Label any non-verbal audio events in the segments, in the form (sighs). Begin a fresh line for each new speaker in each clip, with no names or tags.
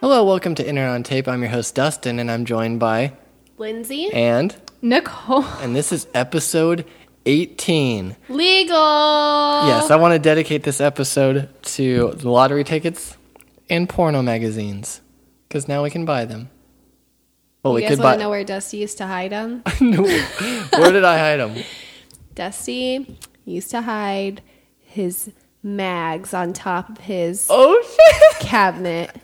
Hello, welcome to Internet on Tape. I'm your host Dustin, and I'm joined by
Lindsay,
and
Nicole,
and this is episode 18.
legal.
Yes, I want to dedicate this episode to the lottery tickets and porno magazines because now we can buy them. Well,
You
we
guys
could
want
buy.
to know where Dusty used to hide them?
(laughs) No. where did I hide
(laughs)
them?
Dusty used to hide his mags on top of his
Oh
cabinet.
shit!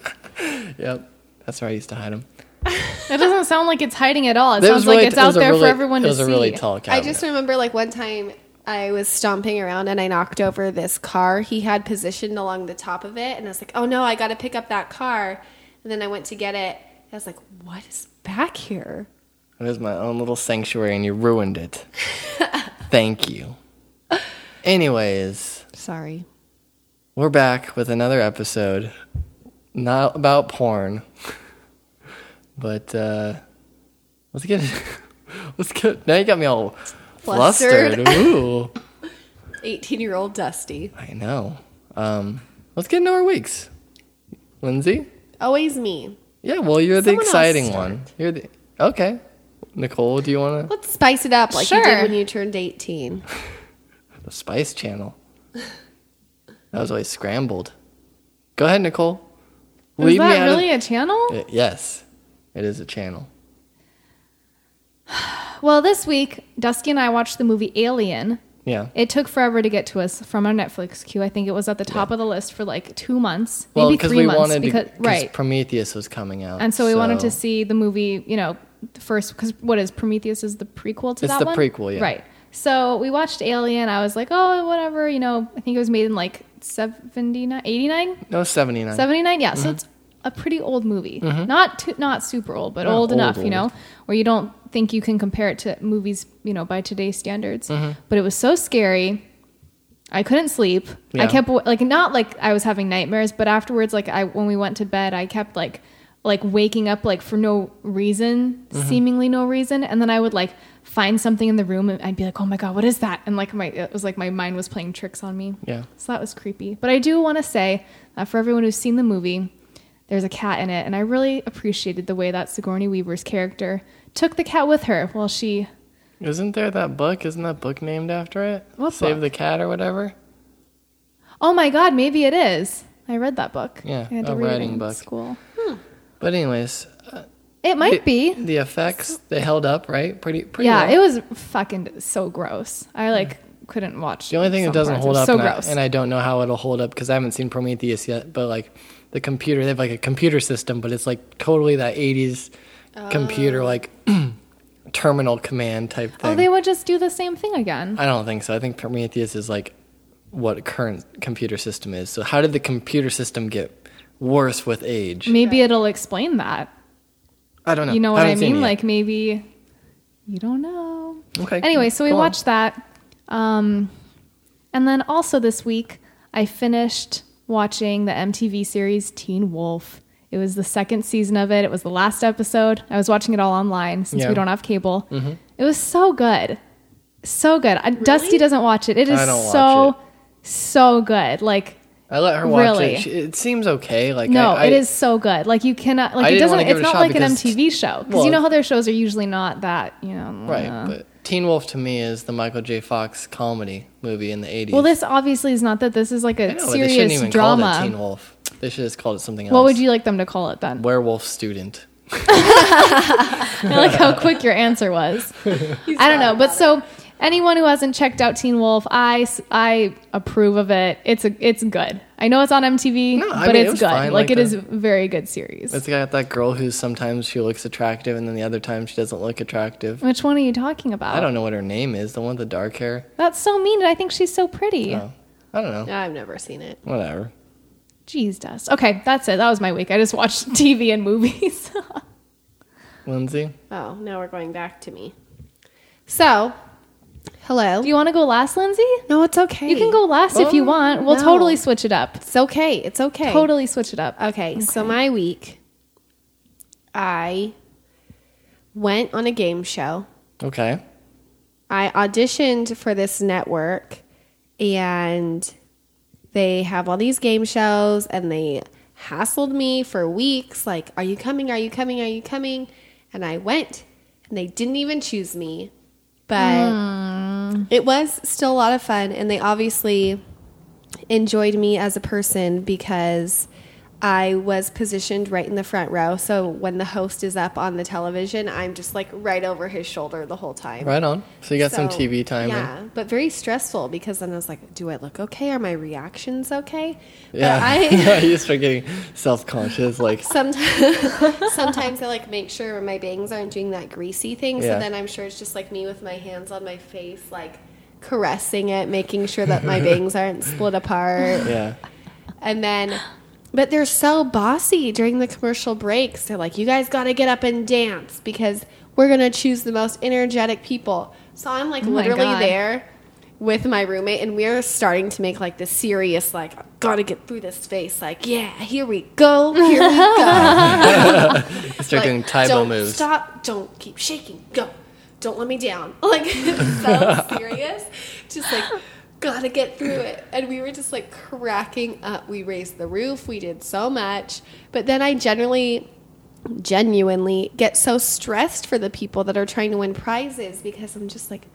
Yep, that's where I used to hide them.
That doesn't sound like it's hiding at all. It
That
sounds
was really-
like it's
it
out
was a
there for
really-
everyone
it
to
was
see.
a really tall cabinet.
I just remember like one time I was stomping around and I knocked over this car he had positioned along the top of it, and I was like, "Oh no, I got to pick up that car." And then I went to get it. I was like, "What is back here?"
It was my own little sanctuary, and you ruined
(laughs)
it. Thank you. Anyways.
Sorry.
We're back with another episode, not about porn, but uh, let's get (laughs) let's get. Now you got me all flustered.
Flustered.
Ooh,
Eighteen-year-old Dusty,
I know. Um, let's get into our weeks, Lindsay.
always me.
Yeah, well, you're the
Someone else
exciting
start.
one. You're the okay. Nicole, do you want
Let's spice it up like you
Sure.
did when you turned 18.
to the Spice Channel? That was always scrambled. Go ahead, Nicole.
Is
Lead me
that
out of-
really a channel?
Uh, yes, it is a channel.
Well, this week, Dusty and I watched the movie Alien.
Yeah.
It took forever to get to us from our Netflix queue. I think it was at the top of the list for like two months,
Well,
maybe
because
three
we
months.
wanted
because
to, right.
right,
Prometheus was coming out,
and so we wanted to see the movie. You know, first because what is Prometheus is the prequel to
It's
that
the
one?
prequel, yeah.
Right. So we watched Alien. I was like, oh, whatever. You know, I think it was made in like 79, 89?
No, seventy nine.
79 yeah
Mm-hmm.
so it's a pretty old movie not too, not super old but
Not
old,
Mm-hmm. old,
enough you
old.
know where you don't think you can compare it to movies you know by today's standards
Mm-hmm.
but it was so scary i couldn't sleep
Yeah.
i kept wa- like not like i was having nightmares but afterwards like i when we went to bed i kept like like waking up like for no reason
Mm-hmm.
seemingly no reason and then i would like find something in the room and i'd be like oh my god what is that and like my it was like my mind was playing tricks on me
Yeah.
so that was creepy. But I do want to say that for everyone who's seen the movie, there's a cat in it, and I really appreciated the way that Sigourney Weaver's character took the cat with her while she.
Isn't there that book? Isn't that book named after it?
What
Save
book?
the cat or whatever.
Oh my God, maybe it is. I read that book.
Yeah,
I had to
a
read it
writing
in
book.
school.
But anyways, uh,
It
the-
might be.
the effects they held up right. Pretty, pretty.
Yeah,
well.
it was fucking so gross. I like couldn't watch.
The only thing that
some
doesn't
parts. It
hold
was
up,
So
and,
gross.
I, and I don't know how it'll hold up because I haven't seen Prometheus yet. But like the computer, they have like a computer system, but it's like totally that eighties computer like (clears throat) terminal command type thing.
oh, they would just do the same thing again.
I don't think so. I think Prometheus is like what current computer system is. So how did the computer system get worse with age?
maybe it'll explain that.
I don't know.
You know what I,
haven't seen
mean?
it yet.
Like maybe you don't know.
Okay,
Anyway, so we
go on.
watched that. Um, and then also this week, I finished watching the MTV series Teen Wolf. It was the second season of it. It was the last episode. I was watching it all online since
Yeah. Mm-hmm.
we don't have cable. It was so good. So good. I, Dusty doesn't watch it. It is
I don't watch
so, so good. Like,
I let her watch
Really?
it. She, it seems okay. Like
no,
I, I,
it is so good. Like you cannot
I
like it
didn't
doesn't.
wanna give
It's
it a
not
shot
like an
because-
MTV show because
well-
you know how their shows are usually not that you know.
right.
uh,
But Teen Wolf to me is the Michael J. Fox comedy movie in the eighties.
well, this obviously is not that. This is like
I
a
know, but they shouldn't
serious
even call it Teen
drama.
Wolf. They should have just called it something else.
What would you like them to call it then? (laughs)
Werewolf student.
I like how quick your
(laughs)
answer was. I don't know, but so anyone who hasn't checked out Teen Wolf, I s- I approve of it. It's a it's good. I know it's on MTV,
No, I
but
mean, it
it's
was
good.
fine,
Like,
like
it
the-
is a very good series.
It's got that girl who sometimes she looks attractive and then the other time she doesn't look attractive.
Which one are you talking about?
I don't know what her name is. The one with the dark hair.
That's so mean. and I think she's so pretty.
Oh, I don't know.
I've never seen it.
Whatever.
Jeez, dust. Okay, that's it. That was my week. I just watched (laughs) TV and movies. (laughs)
Lindsay.
Oh, now we're going back to me. So, hello.
Do you want to go last, Lindsay?
no, it's okay.
You can go last if you
Oh,
want. We'll
no.
totally switch it up.
It's okay. It's okay.
Totally switch it up.
Okay, so my week, I went on a game show.
Okay.
I auditioned for this network and they have all these game shows and they hassled me for weeks like, are you coming? Are you coming? Are you coming? And I went and they didn't even choose me. But it was still a lot of fun and they obviously enjoyed me as a person because I was positioned right in the front row. So when the host is up on the television, I'm just like right over his shoulder the whole time.
Right on. So you got some
So,
TV time. in.
Yeah, but very stressful because then I was like, do I look okay? Are my reactions okay? But I
(laughs) Yeah. you start getting self conscious. Like,
sometimes (laughs) sometimes I like make sure my bangs aren't doing that greasy
Yeah.
thing. So then I'm sure it's just like me with my hands on my face, like caressing it, making sure that my bangs aren't split apart.
yeah.
And then, but they're so bossy during the commercial breaks. They're like, you guys got to get up and dance because we're going to choose the most energetic people. So I'm like
Oh my
literally
God.
there with my roommate, and we're starting to make like this serious, like, got to get through this face. Like, yeah, here we go. Here
(laughs)
we go.
You start doing
like,
Taibo
don't
moves.
Stop. Don't keep shaking. Go. Don't let me down. (laughs) Like, so serious. Just like, gotta get through it. And we were just like cracking up. We raised the roof. We did so much. But then I generally, genuinely get so stressed for the people that are trying to win prizes because I'm just like,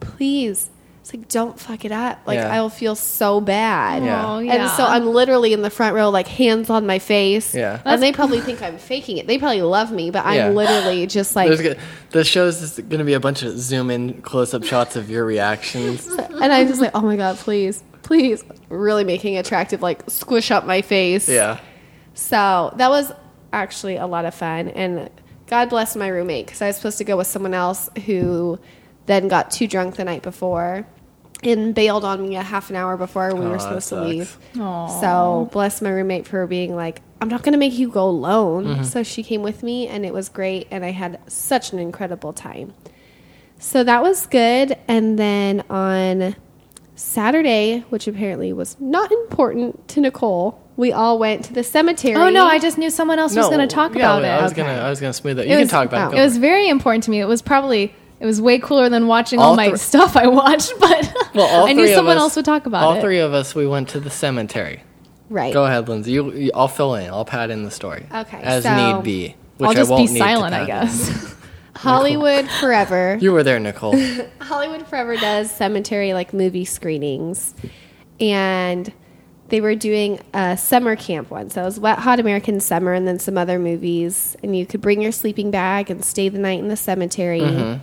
please. It's like, don't fuck it up. Like,
Yeah.
I'll feel so bad.
Yeah.
Oh,
And so
yeah.
I'm literally in the front row, like hands on my face.
Yeah.
And they probably think I'm faking it. They probably love me, but I'm
Yeah.
literally just like,
There's go- the show's just going to be a bunch of zoom in, close up shots of your reactions.
(laughs)
and I'm just like, oh my God, please, please. Really making attractive, like squish up my face.
Yeah.
So that was actually a lot of fun. And God bless my roommate because I was supposed to go with someone else who then got too drunk the night before and bailed on me a half an hour before we
Aw,
were
that
supposed to
sucks.
leave.
Aw.
So bless my roommate for being like, I'm not going to make you go alone.
Mm-hmm.
So she came with me and it was great. And I had such an incredible time. So that was good. And then on Saturday, which apparently was not important to Nicole, we all went to the cemetery.
Oh no, I just knew someone else was going to talk
yeah,
about
I was
it.
gonna, I was gonna smooth that.
It
You can
was-
talk about
oh.
it.
It
Go
was very important to me. It was probably it was way cooler than watching all,
All
my
thr-
stuff I watched, (laughs) but
Well, all
I knew
three of
someone
us-
else would talk about
all
it.
three of us, we went to the cemetery.
right.
Go ahead, Lindsay. You, you, I'll fill in. I'll pad in the story.
Okay,
As
so-
need be. Which
I'll
I
just
won't
be
need to
silent, I
pad in.
guess.
Hollywood Forever.
(laughs) You were there,
(laughs)
Nicole.
Hollywood Forever does cemetery like movie screenings, and they were doing a summer camp one. So it was Wet Hot American Summer, and then some other movies. And you could bring your sleeping bag and stay the night in the cemetery.
Mm-hmm.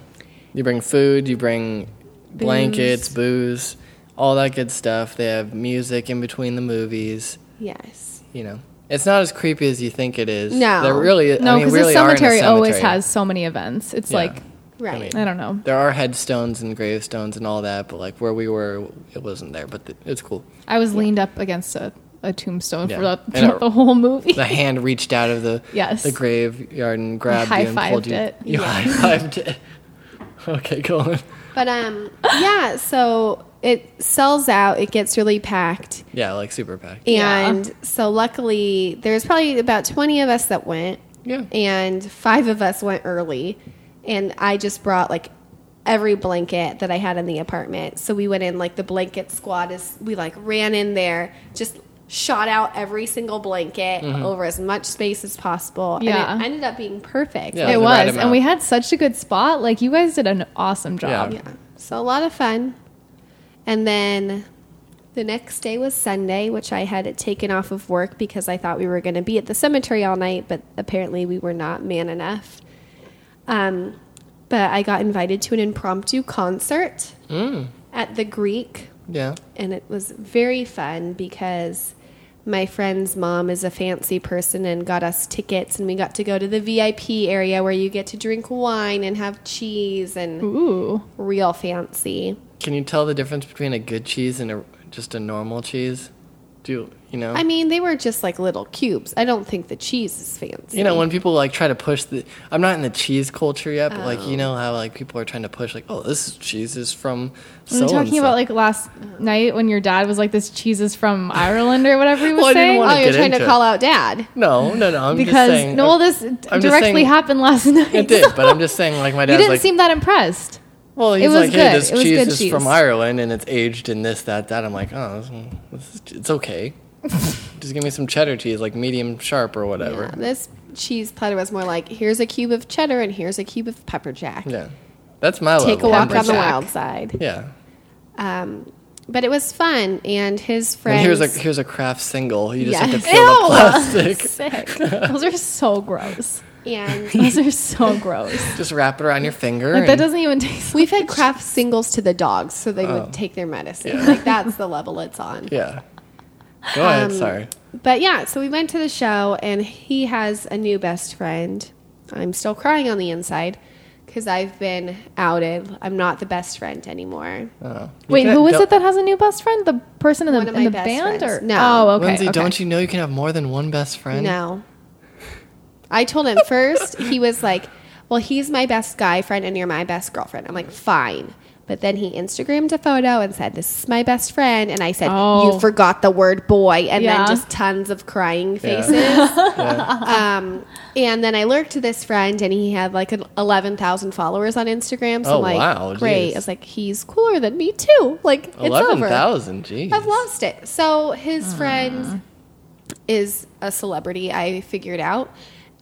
You bring food, you bring blankets, booze, all that good stuff. They have music in between the movies.
Yes,
You know, it's not as creepy as you think it is.
No.
there really,
(laughs) no,
I mean,
because
really
the
are in a
cemetery, always
cemetery.
has so many events. It's
Yeah.
like
right.
mean-
I don't know.
There are headstones and gravestones and all that, but like where we were, it wasn't there. But the, it's cool.
I was leaned up against a, a tombstone
Yeah.
for the,
And
throughout
it-
(laughs) the whole movie.
The hand reached out of the
Yes.
the graveyard and grabbed you and pulled
high-fived
you.
it.
You high fived it. (laughs) Okay, go on.
But um, yeah. So it sells out. It gets really packed.
Yeah, like super packed.
Yeah.
And so luckily, there's probably about 20 of us that went.
Yeah.
And five of us went early. And I just brought like every blanket that I had in the apartment. So we went in like the blanket squad is we like ran in there, just shot out every single blanket over as much space as possible.
Yeah.
And it ended up being perfect.
Yeah.
it
the
was,
right
and we
amount.
had such a good spot. Like you guys did an awesome job.
Yeah.
Yeah. So a lot of fun. And then the next day was Sunday, which I had taken off of work because I thought we were going to be at the cemetery all night, but apparently we were not man enough. Um, but I got invited to an impromptu concert at the Greek
Yeah.
and it was very fun because my friend's mom is a fancy person and got us tickets and we got to go to the VIP area where you get to drink wine and have cheese and
Ooh,
real fancy.
Can you tell the difference between a good cheese and a, just a normal cheese? Do you, you know?
I mean, they were just like little cubes. I don't think the cheese is fancy.
you know when people like try to push the i'm not in the cheese culture yet but like
Oh.
you know how like people are trying to push like oh this cheese is from
we
so
were talking about like last night when your dad was like, "This cheese is from Ireland" or
(laughs)
whatever he was
Well, I didn't
saying.
wanna
oh, you're
get
trying to
into it.
call out dad.
no no no i'm
because
just saying
no, well, this
just
directly
saying-
happened last night.
it did but i'm just saying like my
(laughs) You
dad's
didn't
like
seem
(laughs)
that impressed.
well he's
was
like
good.
hey this
It was
cheese
good
is
cheese. (laughs)
from ireland and it's aged in this that that i'm like oh this, this is, it's okay Just give me some cheddar cheese, like medium sharp or whatever.
Yeah, this cheese platter was more like here's a cube of cheddar and here's a cube of pepper jack.
Yeah. That's my
Take a
level.
walk on the
Pepperjack.
wild side.
Yeah.
Um, but it was fun, and his
And
friends.
here's a here's a craft single. You just have
Yes.
to feel the
(laughs) Ew.
plastic.
Sick. Those are
(laughs)
so gross.
and
Those are so gross.
Just wrap it around your finger.
Like that
and-
doesn't even taste.
we've had craft singles to the dogs, so they would take their medicine. Like that's the level it's on.
yeah. Go ahead.
Um,
Sorry.
But yeah, so we went to the show, and he has a new best friend. I'm still crying on the inside because I've been outed. I'm not the best friend anymore.
Oh.
(laughs) Wait,
You
who is
don't-
it that has a new best friend? The person in the
One of
in
my
the
best
band
friends.
or
No.
Oh, okay.
Lindsay,
okay.
don't you know you can have more than one best friend?
No. I told him first, he was like, Well, he's my best guy friend and you're my best girlfriend. I'm like, Fine. But then he Instagrammed a photo and said, This is my best friend. And I said,
Oh.
You forgot the word boy. And
Yeah.
then just tons of crying
Yeah. (laughs)
faces.
(laughs)
um, and then I lurked to this friend and he had like an 11,000 followers on Instagram. So
Oh,
I'm like,
wow,
Great.
geez.
I was like, He's cooler than me too. Like, it's
Eleven
over.
thousand. Jeez.
I've lost it. So his friend is a celebrity, I figured out.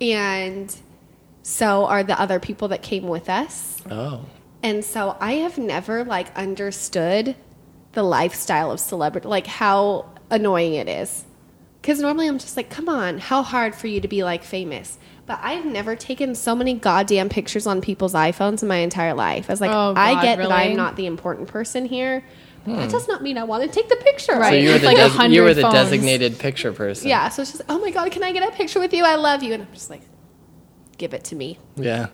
And so are the other people that came with us.
Oh.
And so I have never like understood the lifestyle of celebrity, like how annoying it is. Cuz normally I'm just like, "Come on, how hard for you to be like famous." But I've never taken so many goddamn pictures on people's iPhones in my entire life. I was like,
Oh,
I
God,
get that
really?
I'm not the important person here. but That does not mean I want to take the picture.
Right.
So you were
It's
the
like a
des- you were
hundred
the
phones.
designated picture person.
Yeah, so she's like, "Oh my god, can I get a picture with you? I love you." And I'm just like, "Give it to me."
Yeah.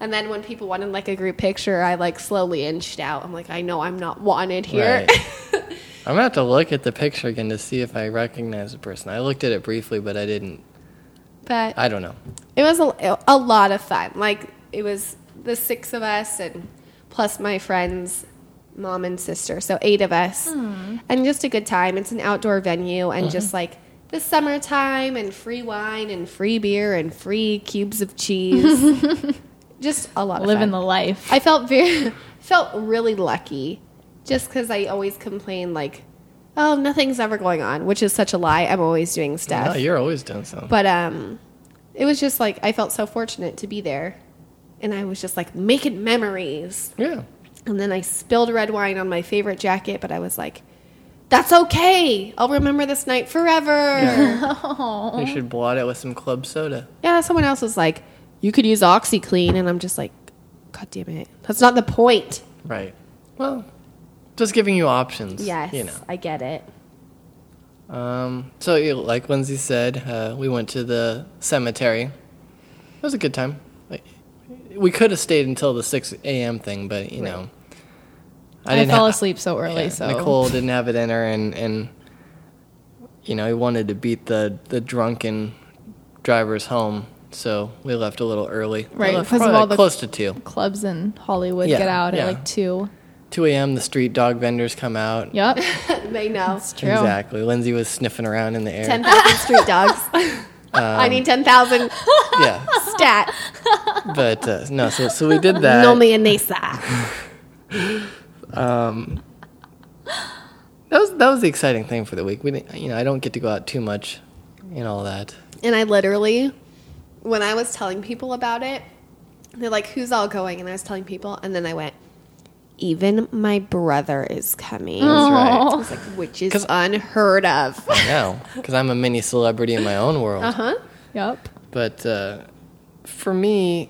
And then when people wanted like a group picture, I like slowly inched out. I'm like, "I know I'm not wanted here."
Right. I'm gonna have to look at the picture again to see if I recognize the person. I looked at it briefly, but I didn't.
(laughs) but
I don't know.
it was a, a lot of fun. Like it was the six of us and plus my friends, mom and sister, so eight of us, and just a good time. It's an outdoor venue and just like the summertime and free wine and free beer and free cubes of cheese. just a lot of
Living
fun.
the life.
I felt very (laughs) felt really lucky just cuz I always complain like oh nothing's ever going on, which is such a lie. I'm always doing
No,
stuff.
you're always doing something.
but um it was just like I felt so fortunate to be there. And I was just like making memories.
yeah.
And then I spilled red wine on my favorite jacket, but I was like that's okay. I'll remember this night forever. (laughs) Yeah,
Uh-uh.
You should blot it with some club soda.
someone else was like, "You could use OxyClean," and I'm just like, "God damn it, that's not the point."
Right. Well, just giving you options.
Yes,
You know.
I get it.
Um, so, you- like Lindsay said, uh, we went to the cemetery. It was a good time. Like, we could have stayed until the 6 a.m. thing, but, you know.
I,
didn't
fell
ha-
asleep so early,
Yeah,
so
Nicole didn't have a dinner, and and you know he wanted to beat the the drunken drivers home, so we left a little early. We
Right,
left
because of
probably
all the-
close to two,
clubs in Hollywood
Yeah,
get out
yeah.
at like two.
two a.m. The street dog vendors come out.
Yep.
They know.
true.
Exactly. Lindsay was sniffing around in the air.
10,000 street dogs.
Um,
I need 10,000
(laughs) Yeah,
stat.
but uh, no. So so we
(laughs)
did that.
no me and Nesa.
that was that was the exciting thing for the week. We didn't, you know I don't get to go out too much, and all that.
And I literally, when I was telling people about it, they're like, who's all going? And I was telling people, and then I went, even my brother is coming,
That's right.
Aw.
which is unheard of.
No, because I'm a mini celebrity in my own world.
Uh-huh.
Huh?
Yep.
But uh, for me,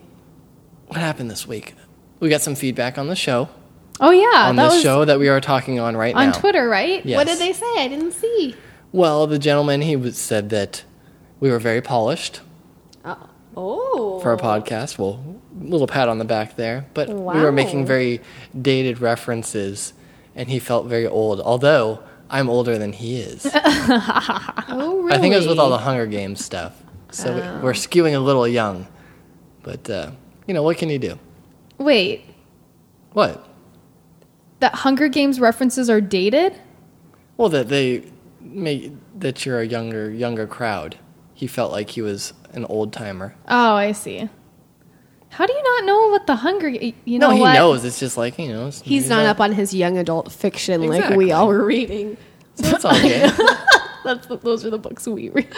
what happened this week? We got some feedback on the show,
Oh yeah,
on
that
this
was
show that we are talking on right
on
now.
Twitter, right?
Yes.
What did they say? I didn't see.
Well, the gentleman he was, said that we were very polished
Oh.
for our podcast. Well, little pat on the back there, but we
Wow.
were making very dated references, and he felt very old. Although I'm older than he is,
Oh, really?
I think it was with all the Hunger Games stuff. So we- we're skewing a little young, but uh, you know what can you do?
Wait,
What?
that Hunger Games references are dated.
Well, that they make that you're a younger younger crowd. He felt like he was an old timer.
Oh, I see. How do you not know what the Hunger? Ga- You know
no, he
what?
knows. It's just like you know. It's,
He's not up on his young adult fiction like
Exactly.
we all were reading.
That's all good.
That's the, those are the books we read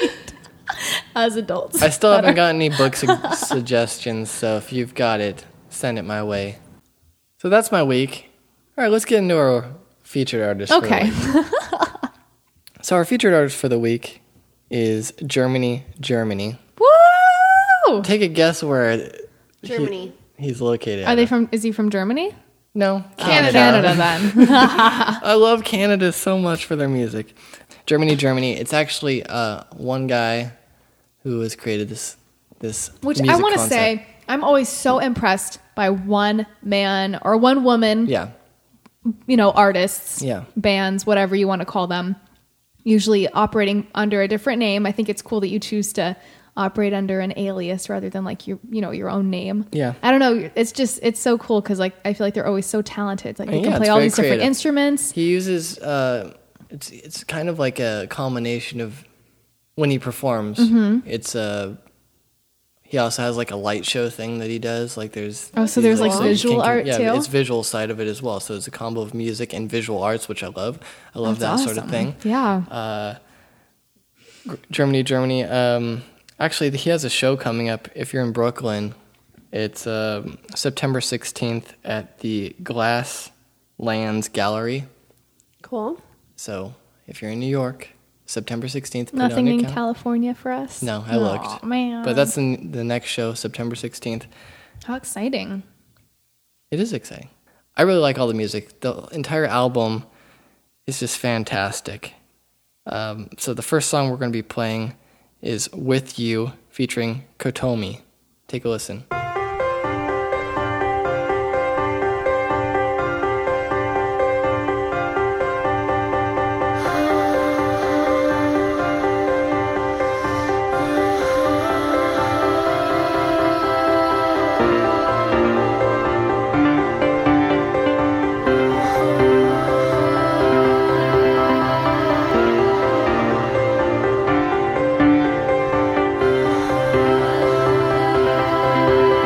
(laughs) as adults.
I still
that
haven't
are-
gotten any book su- (laughs) suggestions, so if you've got it, send it my way. So that's my week. All right, let's get into our featured artist. for the
Okay.
week. So our featured artist for the week is Germany, Germany.
Woo!
Take a guess where it, he-
Germany.
he's located.
Are they from? Is he from Germany?
No, Oh,
Canada
(laughs)
then.
I love Canada so much for their music. Germany, Germany. It's actually uh, one guy who has created this this
Which I
music
want to
concept.
say, I'm always so impressed by one man or one woman.
Yeah,
you know, artists,
Yeah.
bands, whatever you want to call them, usually operating under a different name. I think it's cool that you choose to operate under an alias rather than like your, you know, your own name.
Yeah.
I don't know. It's just, it's so cool because like I feel like they're always so talented. Like they
Yeah,
can
it's
play all
very
these
creative.
different instruments.
he uses uh, it's it's kind of like a combination of when he performs.
Mm-hmm.
It's a he also has like a light show thing that he does. Like there's
Oh, so
these,
there's, like,
so you
visual
can-
art,
yeah,
too?
it's visual side of it as well. So it's a combo of music and visual arts, which I love. I love that
That's
sort of
awesome.
thing.
Yeah.
Germany, Germany. Um, actually, he has a show coming up. If you're in Brooklyn, it's um September 16th at the Glass Lands Gallery.
Cool.
So if you're in New York, September 16th, put
Nothing
it on
in
your cal-
California for us.
No, I looked.
Oh man.
But that's the, the next show, September 16th.
how exciting.
It is exciting. I really like all the music. The entire album is just fantastic. Um, so the first song we're going to be playing is "With You" featuring Kotomi. Take a listen.
Thank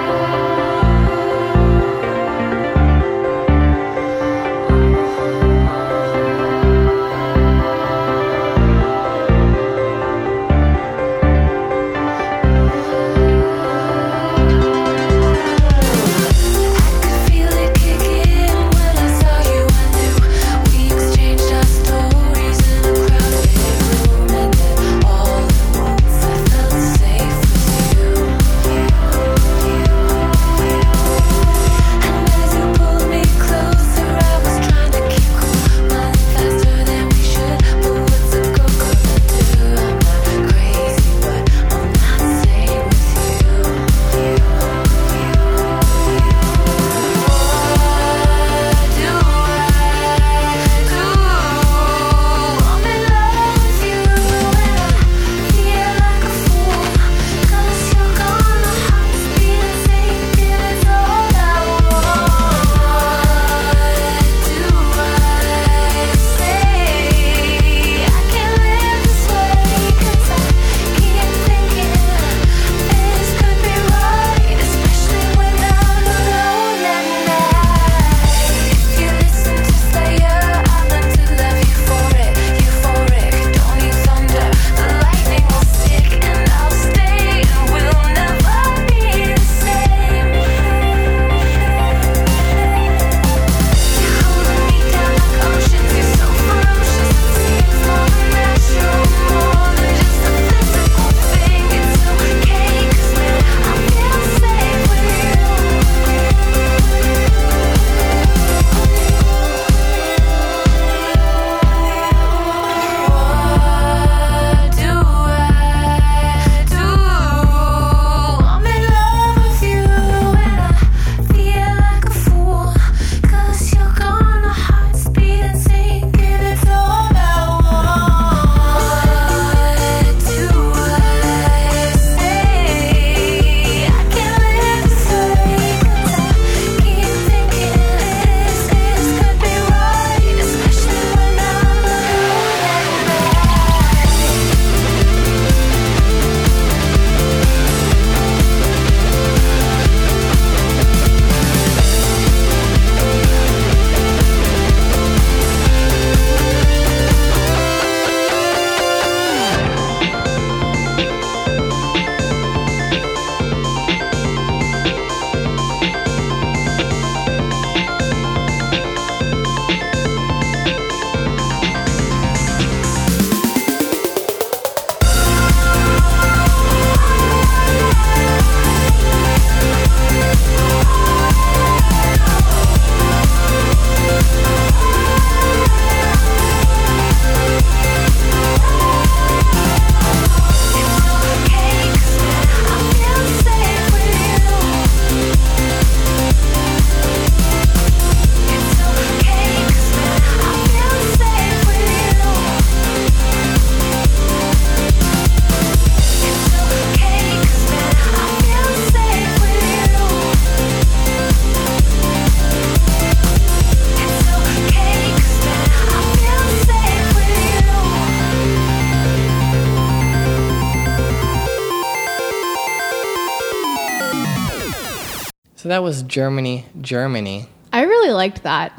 So that was Germany, Germany.
I really liked that.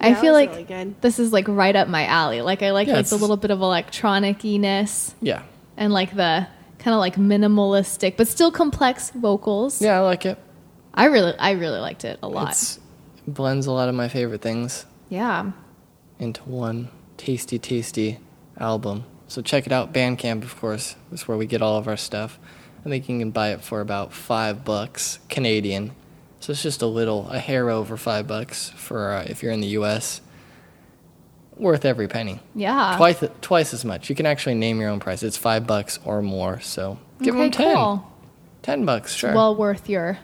I
Yeah,
feel
it was
like
really good.
this is like right up my alley. Like I like
Yeah,
like the
it's-
little bit of electroniciness
Yeah.
and like the kind of like minimalistic but still complex vocals.
Yeah, I like it.
I really I really liked it a lot.
It's blends a lot of my favorite things
yeah.
into one tasty, tasty album. So check it out. Bandcamp, of course, is where we get all of our stuff. I think you can buy it for about five bucks Canadian. So it's just a little, a hair over five bucks for uh, if you're in the U.S. Worth every penny.
Yeah.
Twice, twice as much. You can actually name your own price. It's five bucks or more. So give
Okay,
them ten.
cool.
Ten bucks, sure.
Well worth your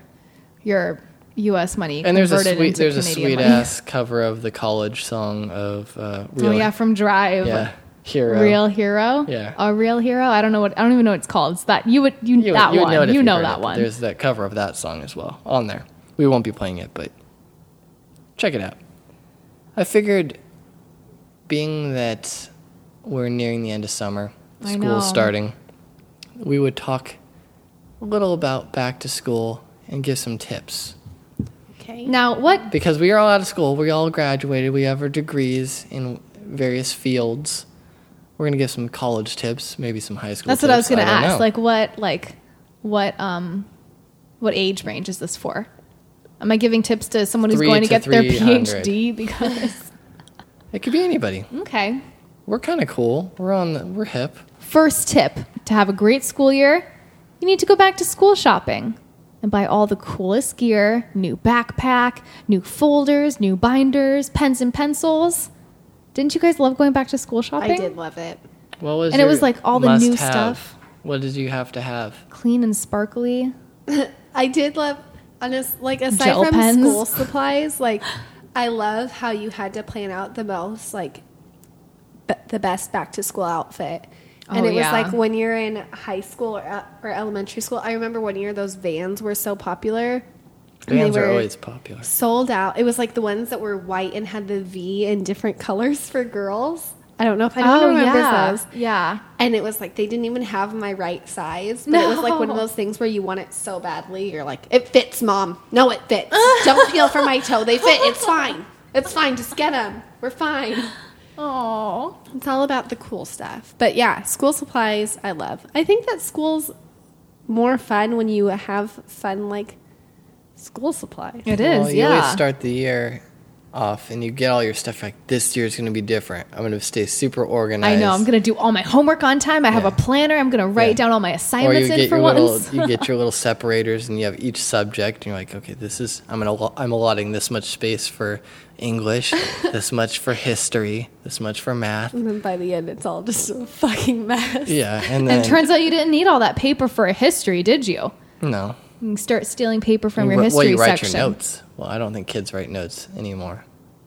your US money.
and there's a
converted
sweet,
into
there's a
Canadian
sweet
money.
ass cover of the college song of uh, real,
(laughs) Oh yeah, from Drive.
yeah, hero.
Real hero,
Yeah.
a real hero. I don't know what I don't even know what it's called. It's that you would you,
You,
that
you would
one
know it if
you know
heard
that
it.
one.
There's that cover of that song as well on there. We won't be playing it, but check it out. I figured, being that we're nearing the end of summer,
I know.
school starting, we would talk a little about back to school and give some tips.
Okay.
now what
because we are all out of school, we all graduated, we have our degrees in various fields. We're gonna give some college tips, maybe some high school.
That's
tips.
what I was gonna
don't
ask.
know.
Like what like what um what age range is this for? Am I giving tips to someone who's
Three
going to,
to
get their
300.
PhD because
it could be anybody.
Okay.
We're kind of cool. We're on. The, we're hip.
First tip to have a great school year, you need to go back to school shopping and buy all the coolest gear, new backpack, new folders, new binders, pens and pencils. Didn't you guys love going back to school shopping?
I did love it.
What was
And it
your
was, like, all the new
must-have?
stuff.
What did you have to have?
Clean and sparkly.
I did love, honest, like aside
Gel
from
pens.
school supplies, like I love how you had to plan out the most, like b- the best back to school outfit. And
Oh,
it was
yeah.
like when you're in high school or, uh, or elementary school. I remember one year those vans were so popular, And they
Bands are
were-
always popular.
sold out. It was like the ones that were white and had the V in different colors for girls. I don't know if anyone remembers
Oh, yeah.
those.
Yeah.
And it was like they didn't even have my right size. But it was like one of those things where you want it so badly, you're like, it fits, mom. No, it fits. Don't peel for my toe. They fit. It's fine. It's fine. Just get them. We're fine.
Oh.
It's all about the cool stuff. But yeah, school supplies, I love. I think that school's more fun when you have fun, like school supplies.
It is,
Well, Oh, you
yeah.
always start the year off and you get all your stuff. Like this year's gonna be different. I'm gonna stay super organized.
I know. I'm gonna do all my homework on time. I have
Yeah.
a planner. I'm gonna write
Yeah.
down all my
or you
assignments in
get
for
your
once.
little you
(laughs)
get your little separators and you have each subject and you're like okay this is i'm gonna i'm allotting this much space for
(laughs)
english this much for history this much for math
And then by the end, it's all just a fucking mess.
yeah and then
and turns out you didn't need all that paper for a history, did you?
no
You can start stealing paper from
You
your
wri- well
history
you write
section.
your notes well i don't think kids write notes anymore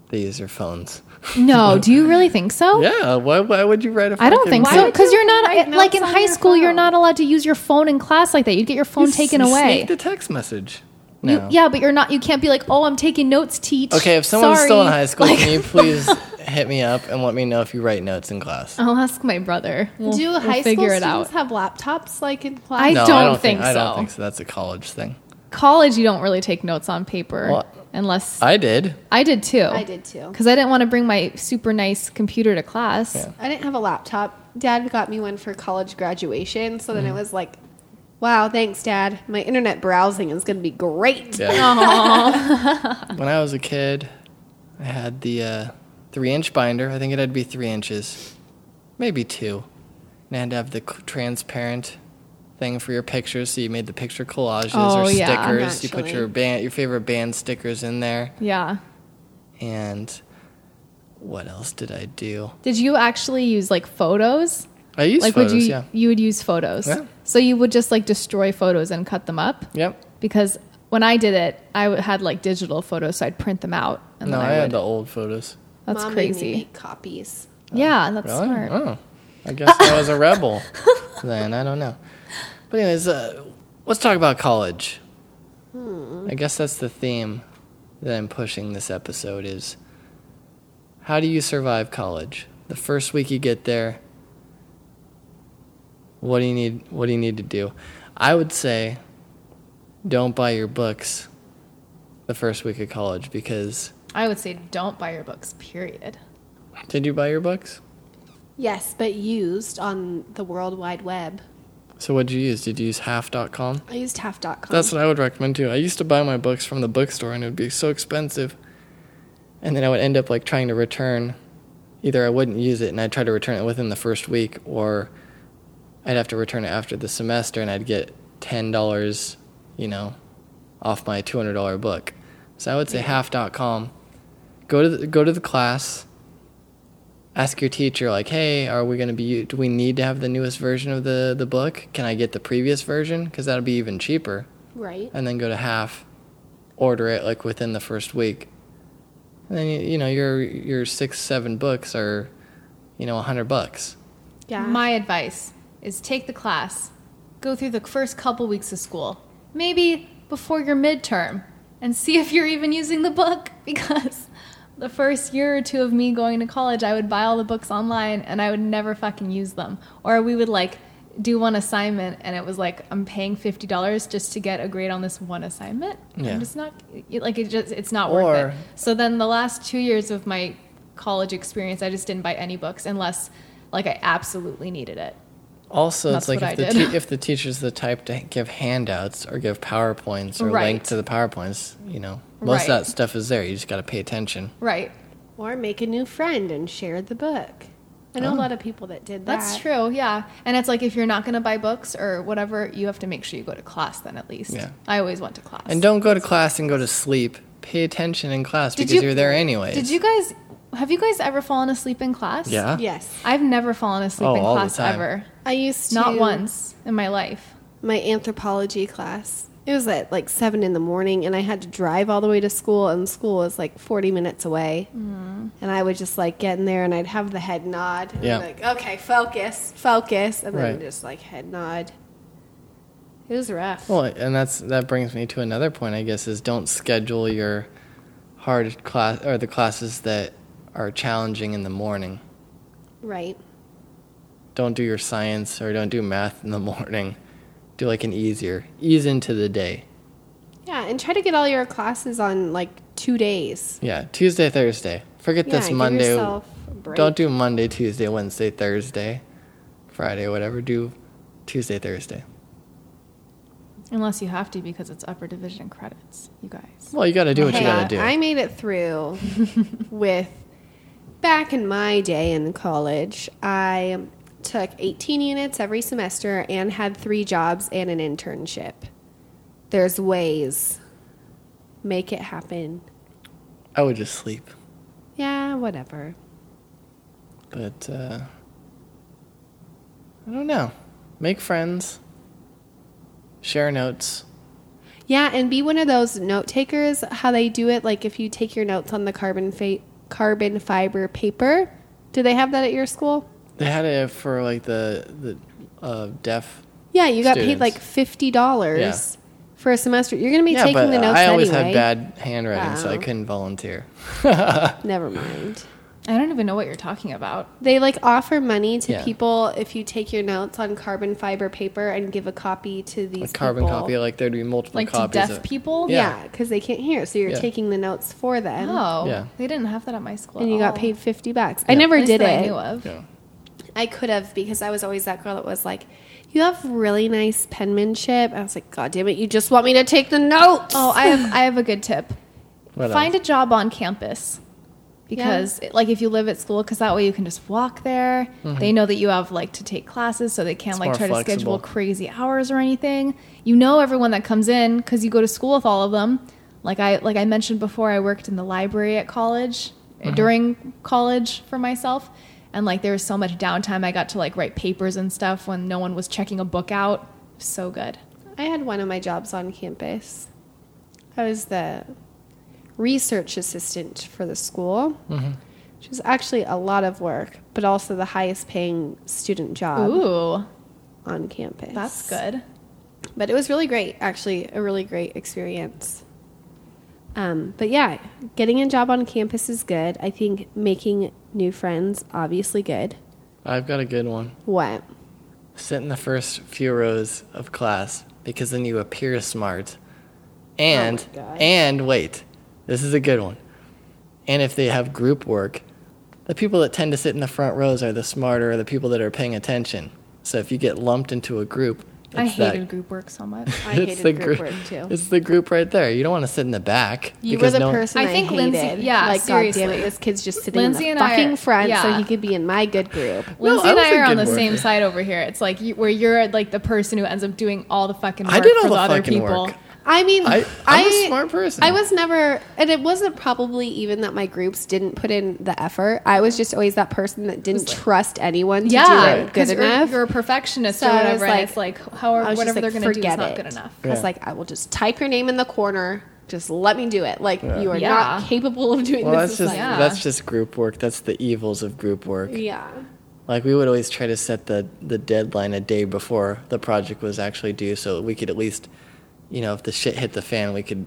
they use their phones
No, do you really think so?
yeah why, why would you write a
I don't
fucking-
think
Why
so
would
because
you
you're
write
not eh, like
notes
in
on
high
your
school. You're
phone?
not allowed to use your phone in class like that. You'd get your phone
You s-
taken
you
away.
sneak the text message
You-
No.
yeah, but you're not. You can't be like, oh, I'm taking notes. Teach.
okay if someone's
Sorry.
still in high school (laughs)
Like- (laughs)
can you please hit me up and let me know if you write notes in class
I'll ask my brother. We'll,
Do
we'll
high
figure
school
it out.
students have laptops like in class?
I
no,
don't
I don't
think
I don't
so.
think so. That's a college thing.
College, you don't really take notes on paper
Well,
unless
I did.
I did too.
I did too.
Because I didn't want to bring my super nice computer to class.
Yeah.
I didn't have a laptop. Dad got me one for college graduation. So then it
Mm.
was like, wow, thanks, Dad. My internet browsing is going to be great.
Yeah.
(laughs) Aw.
(laughs) When I was a kid, I had the uh, three inch binder. I think it had to be three inches, maybe two. And I had to have the c- transparent thing for your pictures. So you made the picture collages
Oh,
or stickers.
yeah.
You put
Naturally.
your band, your favorite band stickers in there.
yeah.
And what else did I do?
Did you actually use like photos?
I used
like
photos.
would you
yeah.
you would use photos.
Yeah.
So you would just like destroy photos and cut them up?
Yep.
Because when I did it, I w- had like digital photos, so I'd print them out and
No,
then
I,
I,
had
would.
the old photos.
That's
Mom made me
crazy.
make copies.
Yeah, that's
Oh, Really?
smart.
Oh, I guess I was a rebel then. I don't know. But anyways, uh, let's talk about college. I guess that's the theme that I'm pushing this episode is how do you survive college? The first week you get there, what do you need? What do you need to do? I would say, don't buy your books the first week of college because
I would say don't buy your books, period.
did you buy your books?
Yes, but used on the World Wide Web.
So what did you use? Did you use half.com?
I used half.com.
That's what I would recommend too. I used to buy my books from the bookstore and it would be so expensive. And then I would end up like trying to return either I wouldn't use it and I'd try to return it within the first week or I'd have to return it after the semester and I'd get $10, you know, off my $200 book. So I would say half.com. Go to the, go to the class. Ask your teacher like, "Hey, are we going to be do we need to have the newest version of the the book? Can I get the previous version cuz that'll be even cheaper."
right.
and then go to half, order it like within the first week, and then you, you know your your six seven books are, you know, a hundred bucks.
Yeah.
My advice is take the class, go through the first couple weeks of school, maybe before your midterm, and see if you're even using the book. (laughs) Because the first year or two of me going to college, I would buy all the books online and I would never fucking use them. Or we would like do one assignment and it was like I'm paying fifty dollars just to get a grade on this one assignment.
Yeah.
I'm just not it- like it just it's not
Or-
worth it. So then the last two years of my college experience, I just didn't buy any books unless like I absolutely needed it.
Also,
That's
it's like
what
if
I
the,
did.
te- if the teacher's the type to give handouts or give powerpoints or
Right.
link to the powerpoints, you know, most
Right.
of that stuff is there. You just got to pay attention.
Right.
or make a new friend and share the book. I know
Oh.
a lot of people that did that.
That's true. Yeah. And it's like if you're not going to buy books or whatever, you have to make sure you go to class then at least.
Yeah.
I always went to class.
And don't go to class and go to sleep. Pay attention in class
Did
because
you-
you, are there anyways.
Did you guys have you guys ever fallen asleep in class?
Yeah.
Yes.
I've never fallen asleep
Oh,
in
all the
class
time.
ever.
I used to
Not once in my life.
my anthropology class. It was at like seven in the morning, and I had to drive all the way to school, and school was like forty minutes away. And I would just like get in there, and I'd have the head nod. and
Yeah.
Like okay, focus, focus, and then
Right.
just like head nod. It was rough.
Well, and that's that brings me to another point, I guess, is don't schedule your hard class or the classes that are challenging in the morning.
right.
Don't do your science or don't do math in the (laughs) morning. Do like an easier ease into the day.
Yeah, and try to get all your classes on like two days.
Yeah, Tuesday, Thursday. Forget
yeah,
this
give
Monday.
yourself a break.
Don't do Monday, Tuesday, Wednesday, Thursday, Friday, whatever. Do Tuesday, Thursday.
Unless you have to because it's upper division credits, you guys.
Well, you got to do what
Hey,
you got to do.
I made it
(laughs)
through with back in my day in college. I took 18 units every semester and had three jobs and an internship. There's ways. Make it happen.
I would just sleep.
Yeah, whatever.
But uh, I don't know. Make friends. Share notes.
Yeah, and be one of those note takers. How they do it, like if you take your notes on the carbon fa- carbon fiber paper. Do they have that at your school?
They had it for like the the uh, deaf.
Yeah, you got paid
Students.
like fifty dollars for a semester. You're going to be
Yeah,
taking
but
the notes
I always
anyway.
had bad handwriting, so I
Oh.
couldn't volunteer.
Never mind.
I don't even know what you're talking about.
They like offer money to
Yeah.
people if you take your notes on carbon fiber paper and give a copy to these
A carbon
people.
copy, like there'd be multiple
Like to
copies.
deaf
of,
people?
Yeah,
Yeah.
because they can't hear, so you're
Yeah.
taking the notes for them,
Oh.
Yeah.
They didn't have that at my school.
and
at
you got
all.
paid fifty bucks. I
Yeah.
never
Oh, At least
did it.
that I knew of.
Yeah.
I could have because I was always that girl that was like, "You have really nice penmanship." I was like, "God damn it! You just want me to take the notes."
Oh, I have I have a good tip.
(sighs) What
Find
else?
a job on campus because, like, if you live at school, because that way you can just walk there. They know that you have like to take classes, so they can't
Mm-hmm. It's
like
more
try to schedule
flexible.
crazy hours or anything. You know everyone that comes in because you go to school with all of them. Like I like I mentioned before, I worked in the library at college
Mm-hmm.
during college for myself. And like there was so much downtime, I got to like write papers and stuff when no one was checking a book out. So good.
I had one of my jobs on campus. I was the research assistant for the school,
Mm-hmm.
which was actually a lot of work, but also the highest paying student job
Ooh,
on campus.
that's good.
But it was really great, actually, a really great experience. Um, but yeah, getting a job on campus is good. I think making new friends, obviously, good.
I've got a good one.
What?
Sit in the first few rows of class because then you appear smart And
Oh my God.
and wait, this is a good one. And if they have group work, the people that tend to sit in the front rows are the smarter, the people that are paying attention. So if you get lumped into a group, (laughs) it's
I
that-
hated group work so much.
I hated
the
group
grou-
work too.
It's the group right there. You don't want to sit in the back.
You were
because
the
no one-
person
I
I,
think
hated.
Lindsay- yeah,
like God damn
seriously.
it, this kid's just sitting
Lindsay
in
and
the
I
fucking
are-
front so
yeah.
he could be in my good group.
Lindsay
I
and
was
I
a
are on
good
the
worker.
same side over here. It's like you, where you're like the person who ends up doing all the fucking work
I did all
for
the
other
fucking
people.
work.
I mean,
I-
I,
I'm a smart person.
I was never, and it wasn't probably even that my groups didn't put in the effort. I was just always that person that didn't trust anyone to
Yeah,
do it good
because you're,
enough.
you're a perfectionist
So
or
I was
whatever. and
like-
it's like
I
however,
was just like,
whatever they're going to do
forget
is not
it.
good enough.
I was
Yeah.
like, I will just type your name in the corner. Just let me do it. Like you are
Yeah.
not capable of doing
Well,
this.
that's
It's
just
like-
Yeah.
that's just group work. That's the evils of group work.
yeah.
Like we would always try to set the the deadline a day before the project was actually due, so we could at least, you know, if the shit hit the fan, we could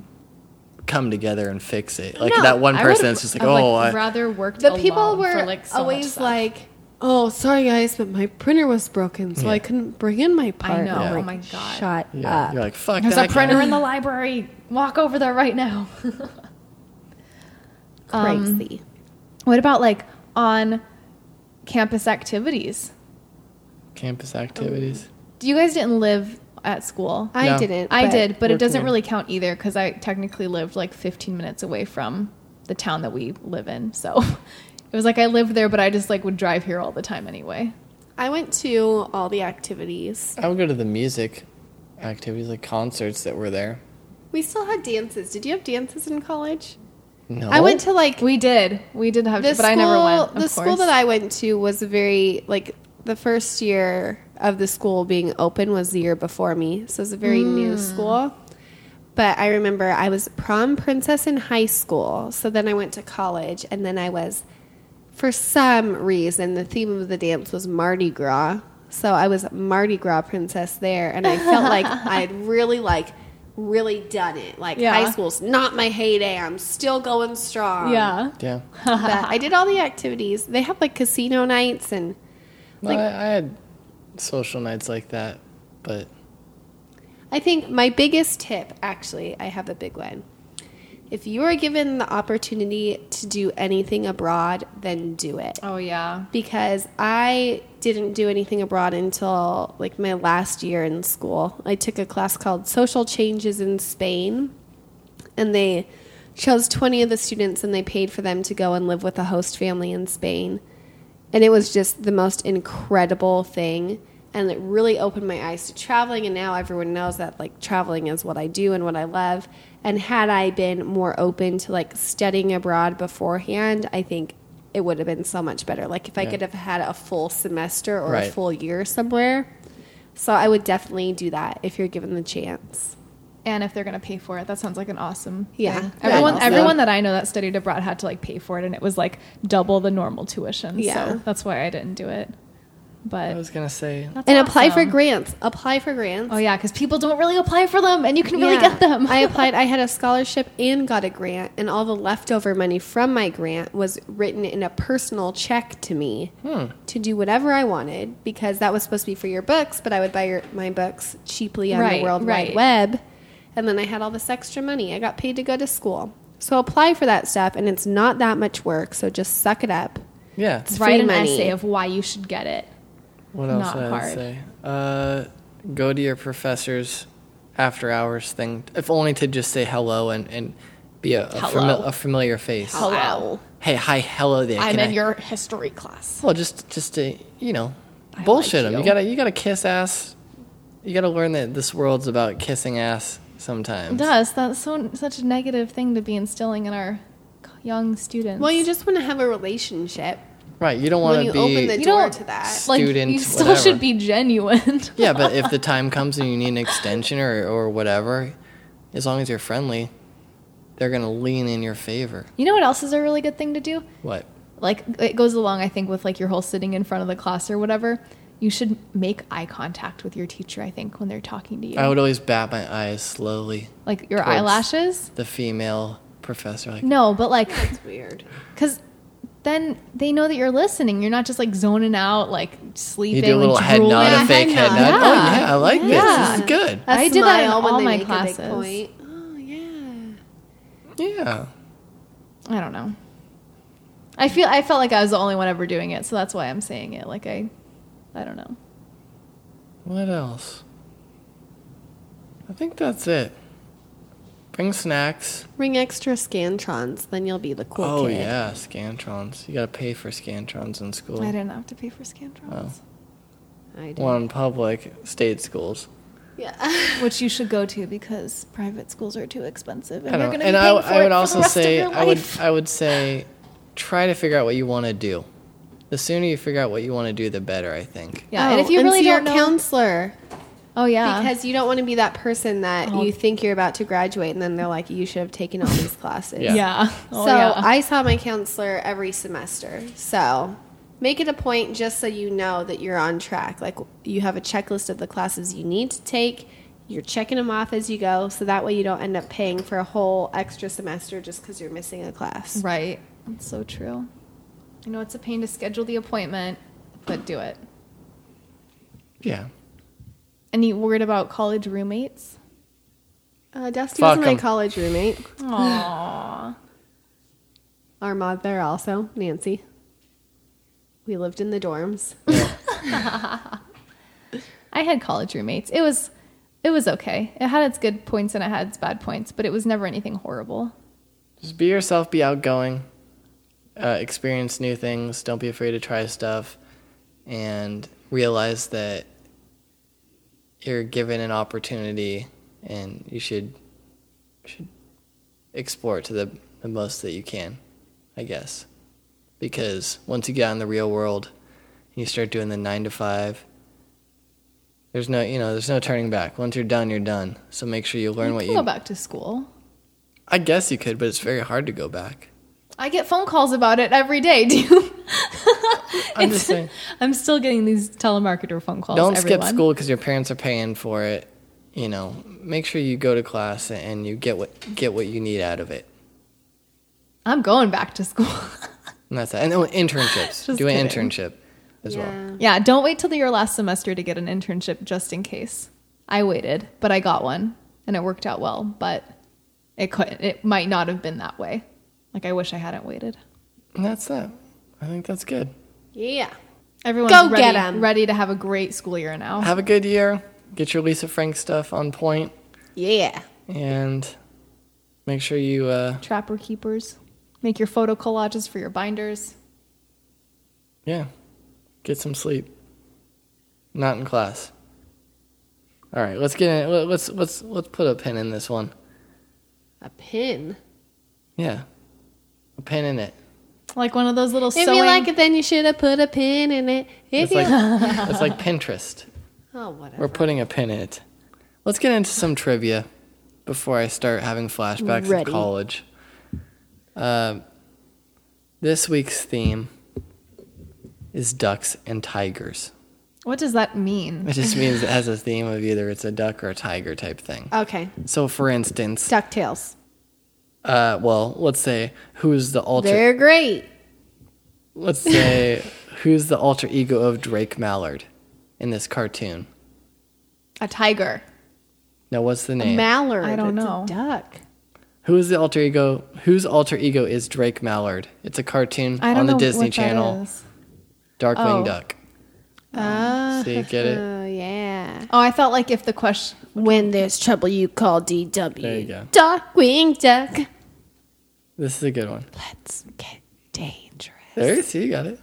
come together and fix it. Like
No,
that one
I
person
would've-
that's just like,
I've,
oh, I,
rather worked.
the people
alone
were
for, like, so much
always
stuff.
like oh sorry guys but my printer was broken so
Yeah.
i couldn't bring in my part
know.
I'm
Yeah.
like,
Oh my God.
shut
yeah.
up
You're like, fuck.
"There's
that
a printer
guy. (laughs)
in the library. Walk over there right
(laughs)
now." Um,
crazy
what about like on campus activities?
Campus activities.
You guys didn't live at school.
i
No.
didn't
I did, but
Working
it doesn't
in-
really count either because I technically lived like 15 minutes away from the town that we live in. So (laughs) it was like I lived there, but I just like would drive here all the time anyway.
i went to all the activities
I would go to the music activities, like concerts that were there.
we still had dances did you have dances in college
No,
i went to like
We did, we did have,
the
but
school,
I never went. Of
the school
course.
that I went to was very like the first year of the school being open was the year before me, so it was a very
Hmm.
new school. But I remember I was prom princess in high school, so then I went to college, and then I was, for some reason, the theme of the dance was Mardi Gras, so I was Mardi Gras princess there, and I felt
(laughs)
like I had really like. Really done it. Like
Yeah.
high school's not my heyday. I'm still going strong
yeah,
Yeah,
but I did all the activities. They have like casino nights and
No,
Like-
I, I had social nights like that, but
I think my biggest tip actually, I have a big one. If you are given the opportunity to do anything abroad, then do it.
oh yeah,
Because I didn't do anything abroad until like my last year in school. I took a class called Social Changes in Spain. and they chose 20 of the students and they paid for them to go and live with a host family in Spain. And it was just the most incredible thing. And it really opened my eyes to traveling. And now everyone knows that like traveling is what I do and what I love. And had I been more open to like studying abroad beforehand, I think it would have been so much better. Like if I
Yeah.
could have had a full semester or a
Right.
full year somewhere. So I would definitely do that if you're given the chance.
and if they're gonna pay for it, that sounds like an awesome.
Yeah.
thing.
Yeah,
everyone,
also-
everyone that I know that studied abroad had to like pay for it, and it was like double the normal tuition.
Yeah.
so that's why I didn't do it.
I
But
was gonna say
that's
and apply for
awesome.
grants. Apply for grants.
Oh yeah, because people don't really apply for them, and you can really
Yeah.
get them.
(laughs)
(laughs)
I applied. I had a scholarship and got a grant, and all the leftover money from my grant was written in a personal check to me to do whatever I wanted because that was supposed to be for your books, but I would buy your, my books cheaply on
Right,
the World
right.
Wide Web, and then I had all this extra money. I got paid to go to school, so apply for that stuff, and it's not that much work. So just suck it up.
yeah.
free
write an
money.
essay of why you should get it.
What else
Not
did I
hard.
say? Uh, go to your professor's after hours thing, if only to just say hello and, and be a, a,
Hello.
fami- a familiar face.
Hello.
Hey, hi, hello there.
I'm
Can
in
I-
your history class.
Well, just just to you know,
like
bullshit them.
you.
You gotta you gotta kiss ass. You gotta learn that this world's about kissing ass sometimes.
does. That's so such a negative thing to be instilling in our c- young students.
Well, you just want to have a relationship.
Right? You don't
When
want to
you
be.
open the
You
door
don't-
to that.
like
student,
you still
whatever.
should be genuine.
(laughs)
(laughs)
yeah, but if the time comes and you need an extension or or whatever, as long as you're friendly, they're gonna lean in your favor.
you know what else is a really good thing to do?
What?
Like it goes along, I think, with like your whole sitting in front of the class or whatever. You should make eye contact with your teacher. I think when they're talking to you,
I would always bat my eyes slowly.
like your
towards-
eyelashes.
The female professor, like,
No, but like
That's weird.
Because then they know that you're listening. You're not just like zoning out, like sleeping.
you do a little
like,
head
drooling.
nod,
Yeah,
a fake
head
head nod.
nod.
Oh yeah, I like this. This
Yeah.
is good.
I
I did that in all my classes.
Oh yeah.
Yeah.
I don't know. I feel I felt like I was the only one ever doing it, so that's why I'm saying it. Like I, I don't know.
What else? I think that's it. Bring snacks.
Ring extra scantrons, then you'll be the cool
oh
kid.
yeah, Scantrons. You gotta pay for Scantrons in school.
I didn't have to pay for
Oh.
Scantrons,
I do.
Well, in public, state schools.
Yeah.
which you should go to because private schools are too expensive, and
I
you're
don't
going
know.
to
And
be paying
I,
for
I
it
would
for
also
the rest
say,
of your
I would,
life.
I would say, try to figure out what you want to do. The sooner you figure out what you want to do, the better. I think.
yeah,
Oh,
and if you really
see
don't
your
know,
counselor,
oh yeah,
because you don't want to be that person that
Oh.
you think you're about to graduate, and then they're like, "You should have taken all these classes."
Yeah.
yeah.
So
(laughs) Oh, yeah.
I saw my counselor every semester. So make it a point just so you know that you're on track. Like you have a checklist of the classes you need to take. You're checking them off as you go, so that way you don't end up paying for a whole extra semester just because you're missing a class.
Right. That's so true. I know it's a pain to schedule the appointment, but do it.
Yeah.
Any word about college roommates?
Uh, Dusty
Fuck
was my
'em.
college roommate.
Aww.
Our mod there also, Nancy. We lived in the dorms.
I had college roommates. It was it was okay. It had its good points and it had its bad points, but it was never anything horrible.
Just be yourself. Be outgoing. Uh, experience new things. Don't be afraid to try stuff, and realize that you're given an opportunity, and you should should explore it to the, the most that you can. I guess. Because once you get out in the real world and you start doing the nine to five, there's no you know, there's no turning back. Once you're done, you're done. So make sure you learn
you
what
can
you
go back to school.
I guess you could, but it's very hard to go back.
I get phone calls about it every day, dude.
I'm
It's-
just saying
I'm still getting these telemarketer phone calls.
don't skip
everyone.
school because your parents are paying for it. You know, make sure you go to class and you get what get what you need out of it.
I'm going back to school. (laughs)
And that's that. And then internships.
Just
do an
kidding.
internship as well.
yeah, don't wait till your last semester to get an internship just in case. I waited, but I got one and it worked out well, but it could it might not have been that way. Like I wish I hadn't waited.
And that's that. I think that's good.
Yeah.
Everyone's
Go
ready,
get 'em.
ready to have a great school year now.
Have a good year. Get your Lisa Frank stuff on point
Yeah.
and make sure you uh
Trapper keepers. Make your photo collages for your binders.
yeah, get some sleep. Not in class. All right, let's get in. let- Let's let's let's put a pin in this one.
A pin.
Yeah. A pin in it.
Like one of those little
If
sewing.
you like it, then you should have put a pin in it. If
It's
you
like it's like Pinterest.
oh whatever.
We're putting a pin in it. Let's get into some trivia before I start having flashbacks
Ready.
of college. Uh, this week's theme is ducks and tigers.
what does that mean?
It just means it has a theme of either it's a duck or a tiger type thing.
okay.
So, for instance,
Ducktales.
uh, well, let's say who's the alter?
They're great.
Let's say who's the alter ego of Drake Mallard in this cartoon?
A tiger.
Now, what's the name?
Mallard.
I don't
It's a
know.
Oh,
duck.
Who is the alter ego? Whose alter ego is Drake Mallard? It's a cartoon
I don't
on the
know
Disney
what that
Channel,
is.
Darkwing
Oh. Ah.
Duck.
Oh.
See, get it?
yeah.
Oh, I felt like if the question
When there's trouble, you call DW.
There you go.
Darkwing duck.
This is a good one.
Let's get dangerous.
There you see, you got it.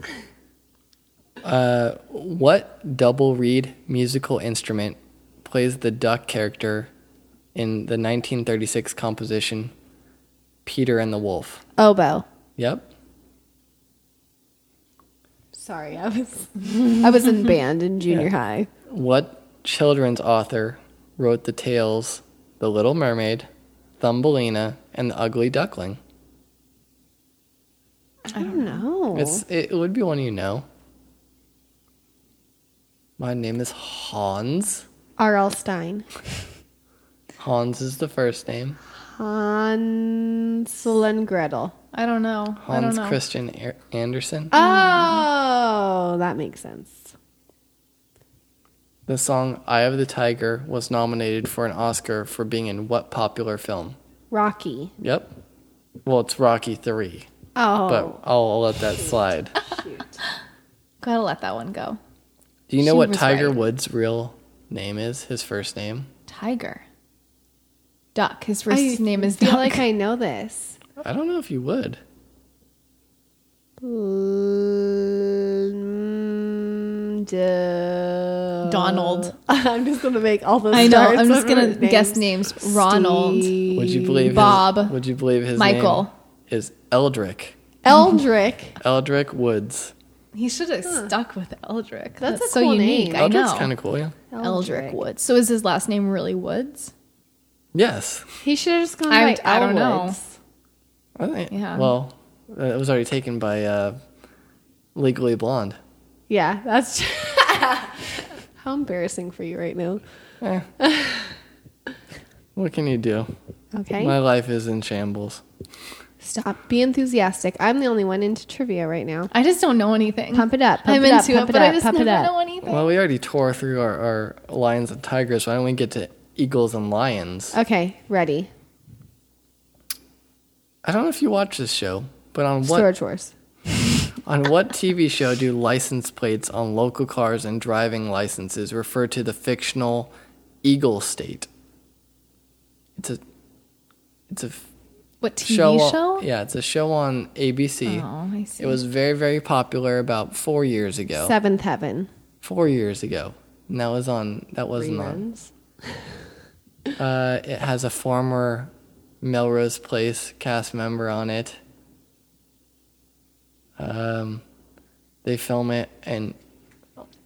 Uh, what double reed musical instrument plays the duck character in the 1936 composition Peter and the Wolf?
Oboe.
Yep.
Sorry, I was I was in (laughs) band in junior high.
What children's author wrote the tales The Little Mermaid, Thumbelina, and the Ugly Duckling?
I don't know.
It's it would be one you know. My name is Hans.
R.L. Stein.
Hans is the first name.
Hansel and Gretel.
I don't know. I don't
Hans
know.
Christian er- Andersen.
Mm. Oh, that makes sense.
The song "Eye of the Tiger" was nominated for an Oscar for being in what popular film?
Rocky.
Yep. Well, it's Rocky Three,
Oh,
but I'll, I'll let that
(laughs)
slide.
shoot.
Gotta let that one go.
Do you know
She
what
was
Tiger
right.
Woods' real name is? His first name?
Tiger. Duck. His first
I
name is
feel
Duck.
like I know this.
I don't know if you would.
Donald.
(laughs) I'm just gonna make all those.
(laughs) I know.
starts
I'm just
of
gonna
names.
guess names. Ronald.
Would you believe His,
E Bob.
would you believe his
Michael.
name is Eldrick?
Eldrick.
Eldrick Woods.
He should have stuck with Eldrick.
That's
That's,
a
so
cool
unique.
name.
I know.
kind of cool, yeah.
Eldrick Woods. So is his last name really Woods?
Yes,
He should have just gone
I-
by
I don't know.
Elwoods.
I think.
Yeah.
Well, uh, it was already taken by uh, Legally Blonde.
Yeah, that's. (laughs) How embarrassing for you right now.
What can you do?
Okay.
My life is in shambles.
Stop. Be enthusiastic. I'm the only one into trivia right now.
I just don't know anything.
Pump it up. Pump
I'm
it up.
into
pump
it, but
up,
I just
pump
never
it up.
know anything.
Well, we already tore through our, our lions and tigers. Why don't we get to eagles and lions?
Okay, ready.
I don't know if you watch this show, but on what
Storage Wars.
on what TV show do license plates on local cars and driving licenses refer to the fictional Eagle State? It's a it's a f-
what TV
show. on-
show?
Yeah, it's a show on ABC.
Oh, I see.
It was very very popular about four years ago.
Seventh Heaven.
Four years ago. And that was on. That wasn't on.
Reruns.
Uh, it has a former Melrose Place cast member on it. Um, they film it and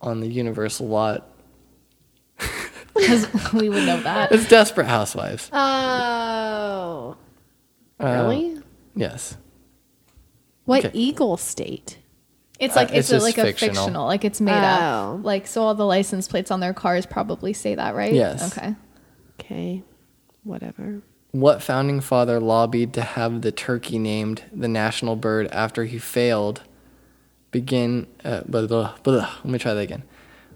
on the Universal lot.
'Cause (laughs) we would know
(laughs)
that.
It's Desperate Housewives. Um,
Oh. Really?
Yes.
What
okay.
Eagle State?
It's like
Uh, it's
it's, a,
just
like a
fictional.
fictional. like it's made
Oh.
up. Like so, all the license plates on their cars probably say that, right?
Yes.
Okay.
Okay. Whatever.
What founding father lobbied to have the turkey named the national bird after he failed? Begin. Uh, blah, blah, blah. Let me try that again.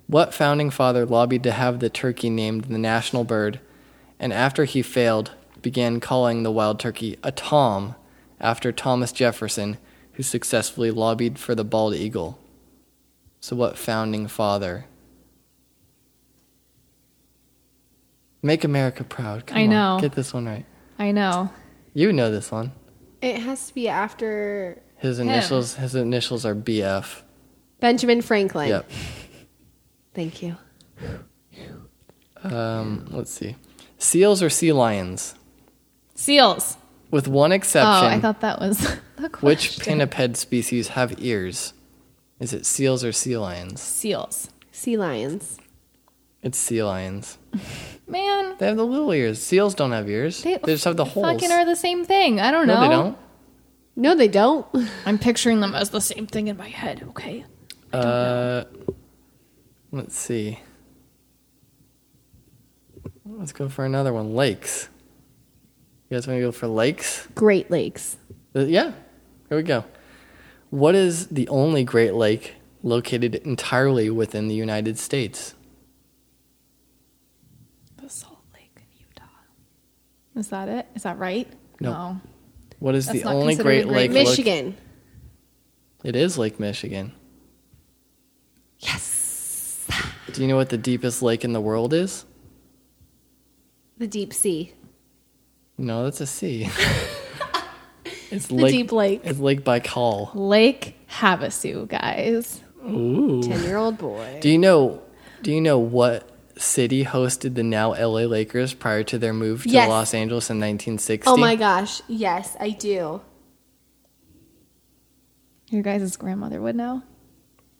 What founding father lobbied to have the turkey named the national bird, and after he failed, began calling the wild turkey a tom, after Thomas Jefferson, who successfully lobbied for the bald eagle. So, what founding father? Make America proud. Come
I
on,
know.
Get this one right.
I know.
You know this one.
It has to be after
His initials. His initials are BF.
Benjamin Franklin.
Yep.
(laughs) Thank you.
Um, let's see. Seals or sea lions,
Seals.
with one exception.
Oh, I thought that was (laughs) the question.
which pinniped species have ears? Is it seals or sea lions?
seals?
Sea lions.
It's sea lions.
Man,
They have the little ears. Seals don't have ears. They,
they,
just have the holes.
Fucking are the same thing. I don't
no,
know.
they don't.
No, they don't.
I'm picturing them as the same thing in my head. Okay.
Uh, let's see. Let's go for another one. Lakes. You guys want to go for lakes?
Great Lakes.
Uh, Yeah, here we go. What is the only Great Lake located entirely within the United States?
The Salt Lake in Utah. Is that it? Is that right?
No. What is
That's
the
not
only
considered a
Great Lake?
Great
loc-
Michigan.
it is Lake Michigan.
Yes.
Do you know what the deepest lake in the world is?
The deep sea.
No, that's a sea. (laughs) it's
The
Lake.
deep lake.
It's Lake Baikal.
Lake Havasu, guys.
Ooh.
Ten year
(laughs)
old boy.
Do you know? Do you know what city hosted the now LA Lakers prior to their move to
Yes.
Los Angeles in 1960?
Oh my gosh. Yes, I do.
Your guys' grandmother would know.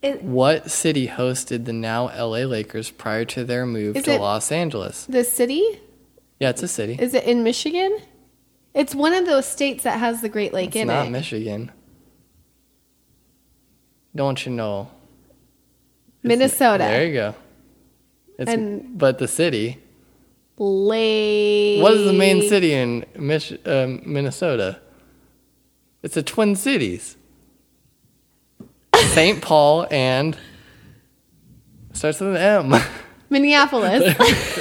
It,
What city hosted the now LA Lakers prior to their move
Is
to
it-
Los Angeles?
the city?
Yeah, it's a city.
Is it in Michigan? It's one of those states that has the Great Lake
it's
in
not
it.
Michigan. Don't you know?
Minnesota.
There you go. It's,
And-
but the city.
Lake.
What is the main city in Mich- um Minnesota? It's the Twin
(laughs)
Cities. St. Paul and starts with an M. (laughs)
Minneapolis. (laughs)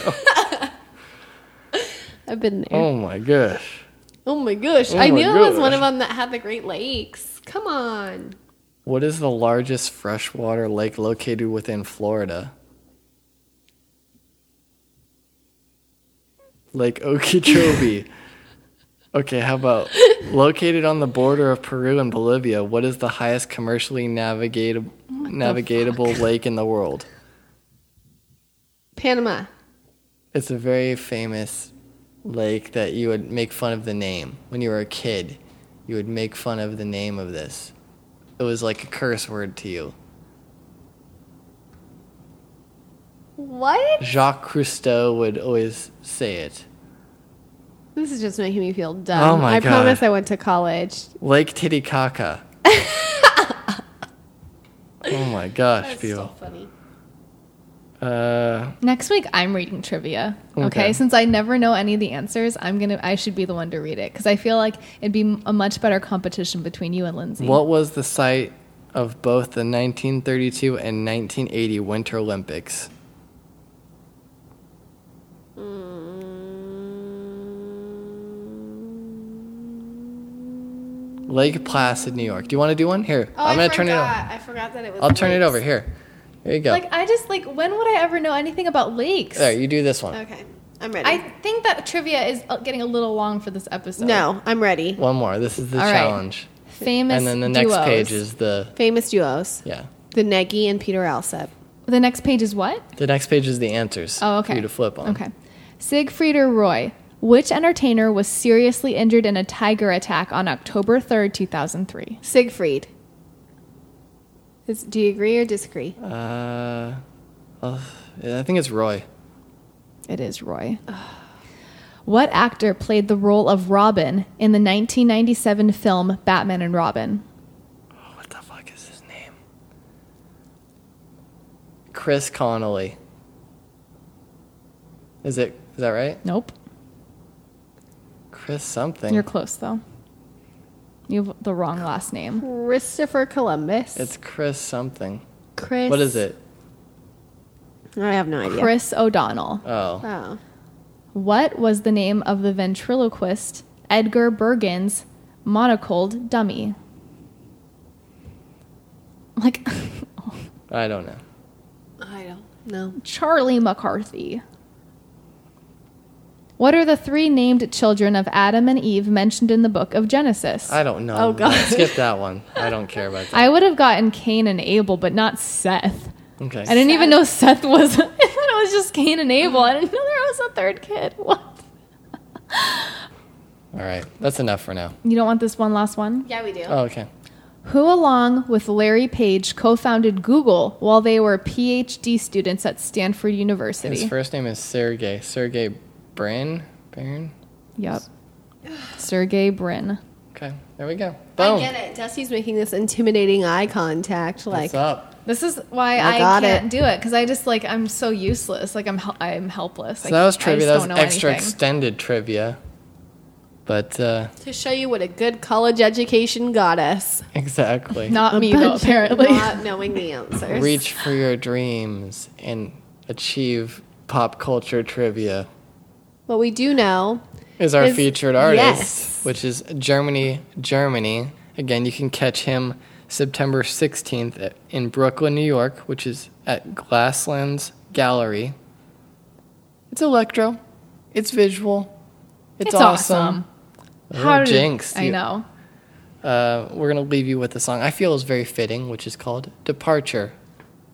I've been there.
oh my gosh.
Oh my gosh.
Oh
I
my
knew it was
gosh.
one of them that had the Great Lakes. Come on.
What is the largest freshwater lake located within Florida? Lake Okeechobee. okay, how about located on the border of Peru and Bolivia? What is the highest commercially navigatable navigatable lake in the world?
Panama.
It's a very famous lake that you would make fun of the name when you were a kid. You would make fun of the name of this. It was like a curse word to you.
What?
Jacques Cousteau would always say it.
This is just making me feel dumb.
Oh my
I
God.
promise I went to college.
Lake
(laughs)
Titicaca. oh my gosh, people.
funny.
Uh,
Next week, I'm reading trivia. Okay?
Okay.
since I never know any of the answers, I'm gonna. I should be the one to read it because I feel like it'd be a much better competition between you and Lindsay.
what was the site of both the 1932 and 1980 Winter Olympics?
Mm.
Lake Placid, New York. Do you want to do one? Here,
Oh,
I'm
I
gonna
forgot.
turn it over.
I forgot that it was.
I'll turn it
lakes.
over. Here. Here you go.
Like I just like when would I ever know anything about lakes?
there, you do this one.
Okay. I'm ready.
I think that trivia is uh, getting a little long for this episode.
no, I'm ready.
One more. This is the
All right.
challenge.
famous.
And then the next
duos.
page is the
Famous duos.
yeah.
The Negi and Peter Alsep.
the next page is what?
The next page is the answers.
Oh, okay.
For you to flip on.
Okay. Siegfried or Roy? Which entertainer was seriously injured in a tiger attack on October 3rd, 2003?
Siegfried. Is, do you agree or disagree?
Uh, uh, I think it's Roy.
It
(sighs)
is Roy. what actor played the role of Robin in the 1997 film Batman and Robin?
Oh, What the fuck is his name? Chris Connolly. Is it? Is that right?
Nope.
Chris something.
You're close, though. You have the wrong last name.
Christopher Columbus.
it's Chris something.
Chris.
What is it?
I have no idea.
Chris O'Donnell.
Oh,
Oh.
What was the name of the ventriloquist Edgar Bergen's monocled dummy? Like (laughs)
I don't know.
I don't know.
Charlie McCarthy. What are the three named children of Adam and Eve mentioned in the book of Genesis? I,
I don't know.
Oh, God.
(laughs) Skip that one. I don't care about
(laughs)
that.
would have gotten Cain and Abel, but not Seth.
Okay.
I didn't even know Seth was. (laughs) I thought it was just Cain and Abel. I didn't know there was a third kid. What?
All right. That's enough for now.
You don't want this one last one?
Yeah, we do.
Oh, okay.
who, along with Larry Page, co founded Google while they were PhD students at Stanford
His
University.
first name is Sergey. Sergey Brin. Brin.
Yep. Sergey Brin.
Okay, there we go. Boom.
I get it. Dusty's making this intimidating eye contact. Like,
What's up?
This is why
I
I,
got
can't
it.
do it because I just like I'm so useless. Like I'm hel- I'm helpless.
So
I-
that was
I
trivia.
just
That was
don't know
extra
anything.
extended trivia. But uh,
to show you what a good college education got us.
(laughs) exactly.
Not
A
me though,
bunch of
apparently.
Not
(laughs)
knowing the answers.
Reach for your dreams and achieve pop culture trivia.
What we do know.
Is our
Is-
featured artist,
yes.
which is Germany, Germany. Again, you can catch him September 16th at- in Brooklyn, New York, which is at Glasslands Gallery. It's electro. It's visual. It's,
It's awesome.
Oh,
(laughs) How did
jinx.
I
You-
know.
Uh, we're going to leave you with a song I feel is very fitting, which is called Departure.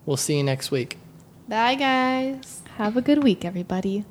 We'll see you next week.
Bye, guys.
Have a good week, everybody.